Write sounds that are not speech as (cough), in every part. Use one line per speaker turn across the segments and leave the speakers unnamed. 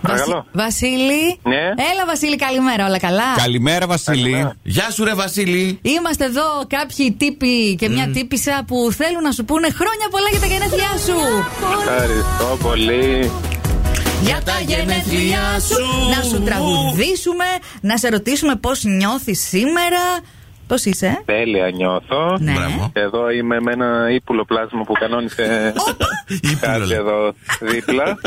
Παρακαλώ.
Βασίλη.
Ναι.
Έλα, Βασίλη, καλημέρα. Όλα καλά.
Καλημέρα, Βασίλη.
Καλημέρα.
Γεια σου, ρε Βασίλη.
Είμαστε εδώ κάποιοι τύποι και μια τύπησα που θέλουν να σου πούνε χρόνια πολλά για τα γενέθλιά σου.
Ευχαριστώ πολύ.
Για τα γενέθλιά σου. Να σου τραγουδήσουμε, να σε ρωτήσουμε πώς νιώθεις σήμερα. Πώς είσαι,
(laughs)
ε?
Τέλεια νιώθω.
Ναι.
Μπράβο.
Εδώ είμαι με ένα ύπουλο πλάσμα που
(laughs)
κανόνισε
Ήπειρο,
κάτι
λέει.
εδώ δίπλα.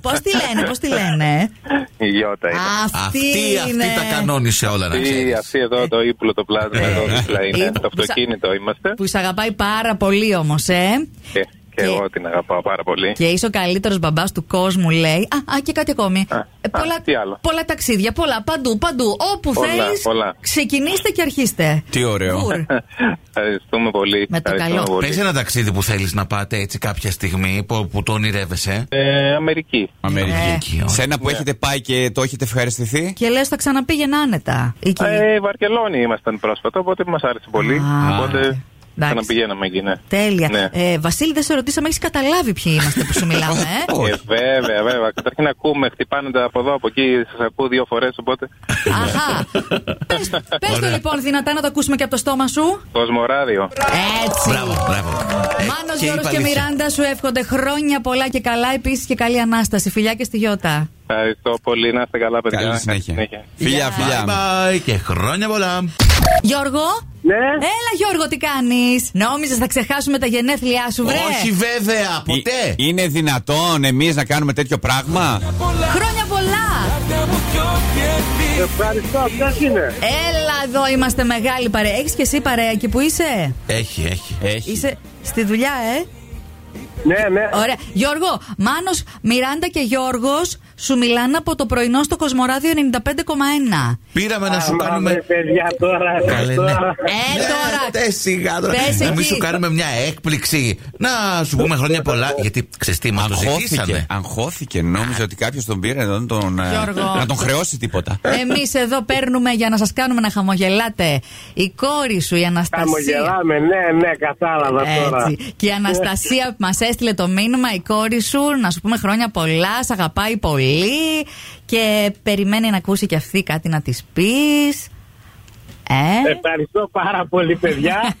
Πώ τη λένε, πώς τη λένε. ε?
Η Γιώτα είναι.
Αυτή, αυτή τα κανόνισε όλα να
Αυτή,
ξέρεις.
αυτή εδώ το ύπουλο το πλάσμα εδώ δίπλα είναι.
Που-
Το
που σα-
αυτοκίνητο είμαστε.
Ναι. Που σε αγαπάει πάρα πολύ όμως, ε.
Και, και
Και-
εγώ την αγαπάω πάρα πολύ.
Και είσαι ο καλύτερος μπαμπάς του κόσμου, λέει. Α, α και κάτι ακόμη.
Α,
Ε,
α,
πολλά,
τι άλλο.
πολλά ταξίδια, πολλά παντού, παντού. Όπου
Πολλά,
θέλεις,
πολλά.
ξεκινήστε και αρχίστε.
Τι ωραίο.
Βουρ.
Ευχαριστούμε πολύ.
Με το
Ευχαριστούμε
καλό.
πολύ.
Πες ένα ταξίδι που θέλεις να πάτε έτσι κάποια στιγμή που, που το ονειρεύεσαι.
Ε, Αμερική.
Ε.
Αμερική.
Εκεί, ωραία.
Σε ένα που έχετε πάει και το έχετε ευχαριστηθεί.
και λες, θα ξαναπήγαινε άνετα. Ή και-
Ε, Βαρκελόνη ήμασταν πρόσφατα, οπότε μας άρεσε πολύ.
Α,
οπότε
εντάξει.
ξαναπηγαίναμε εκεί, ναι.
Τέλεια.
Ναι.
Ε, Βασίλη, δεν σε ρωτήσαμε, έχεις καταλάβει ποιοι είμαστε που σου μιλάμε.
(laughs)
Ε?
Ε, βέβαια, βέβαια. Καταρχήν ακούμε, χτυπάνε τα από εδώ, από εκεί. Σας ακούω δύο φορές, οπότε.
Αχά. πες, πες το λοιπόν δυνατά να το ακούσουμε και από το στόμα σου.
Κοσμοράδιο.
Έτσι.
Μπράβο, μπράβο. Ε,
Μάνος
και
Γιώργος
είπα
και
αλήθεια.
Μιράντα σου εύχονται χρόνια πολλά και καλά επίσης και καλή Ανάσταση. Φιλιά και στη Γιώτα.
Ευχαριστώ πολύ. Να είστε καλά, παιδιά.
Καλή συνέχεια. Φιλιά,
Γεια.
Bye
φιλιά.
bye και χρόνια πολλά.
Γιώργο.
Ναι.
Έλα Γιώργο τι κάνεις. Νόμιζες θα ξεχάσουμε τα γενέθλιά σου βρε.
Όχι βέβαια, ποτέ.
Ε, Είναι δυνατόν εμείς να κάνουμε τέτοιο πράγμα.
Χρόνια πολλά.
Ευχαριστώ, ποιος είναι.
Έλα εδώ είμαστε μεγάλη παρέα. Έχεις και εσύ παρέα εκεί που είσαι.
Έχει, έχει. έχει.
Είσαι στη δουλειά ε.
Ναι, ναι.
Ωραία. Γιώργο, Μάνος, Μιράντα και Γιώργος σου μιλάνε από το πρωινό στο Κοσμοράδιο 95,1.
Πήραμε να σου
Άμα, ρε,
κάνουμε.
παιδιά τώρα.
Καλέ,
τώρα.
ναι.
Ε,
Ναι,
τώρα.
τες σιγά τώρα.
Πες
Να μην
εκεί.
σου κάνουμε μια έκπληξη. Να σου πούμε χρόνια πολλά. Γιατί ξεστή μα το
Αγχώθηκε.
ζητήσανε.
Αγχώθηκε. Νόμιζε ότι κάποιος τον πήρε να τον, ε,
Γιώργο. Ε,
να τον χρεώσει τίποτα.
ναι,
Εμείς εδώ παίρνουμε για να σας κάνουμε να χαμογελάτε. Η κόρη σου, η Αναστασία.
Χαμογελάμε, ναι, ναι, κατάλαβα τώρα.
Έτσι. Και η Αναστασία που μας έστειλε το μήνυμα, η κόρη σου, να σου πούμε χρόνια πολλά, σ' αγαπάει πολύ και περιμένει να ακούσει και αυτή κάτι να της πεις. Ε,
Ευχαριστώ πάρα πολύ,
(laughs)
παιδιά.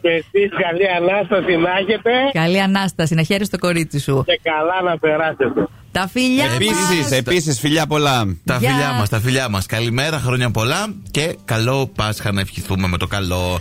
και εσείς καλή ανάσταση να έχετε
(laughs) καλή Ανάσταση, να χαίρεσαι το κορίτσι σου.
και καλά να περάσετε.
Τα φιλιά μας.
Επίση, επίσης, φιλιά πολλά.
Τα
Γεια.
φιλιά μας, τα φιλιά μας. Καλημέρα, χρόνια πολλά και καλό Πάσχα να ευχηθούμε με το καλό.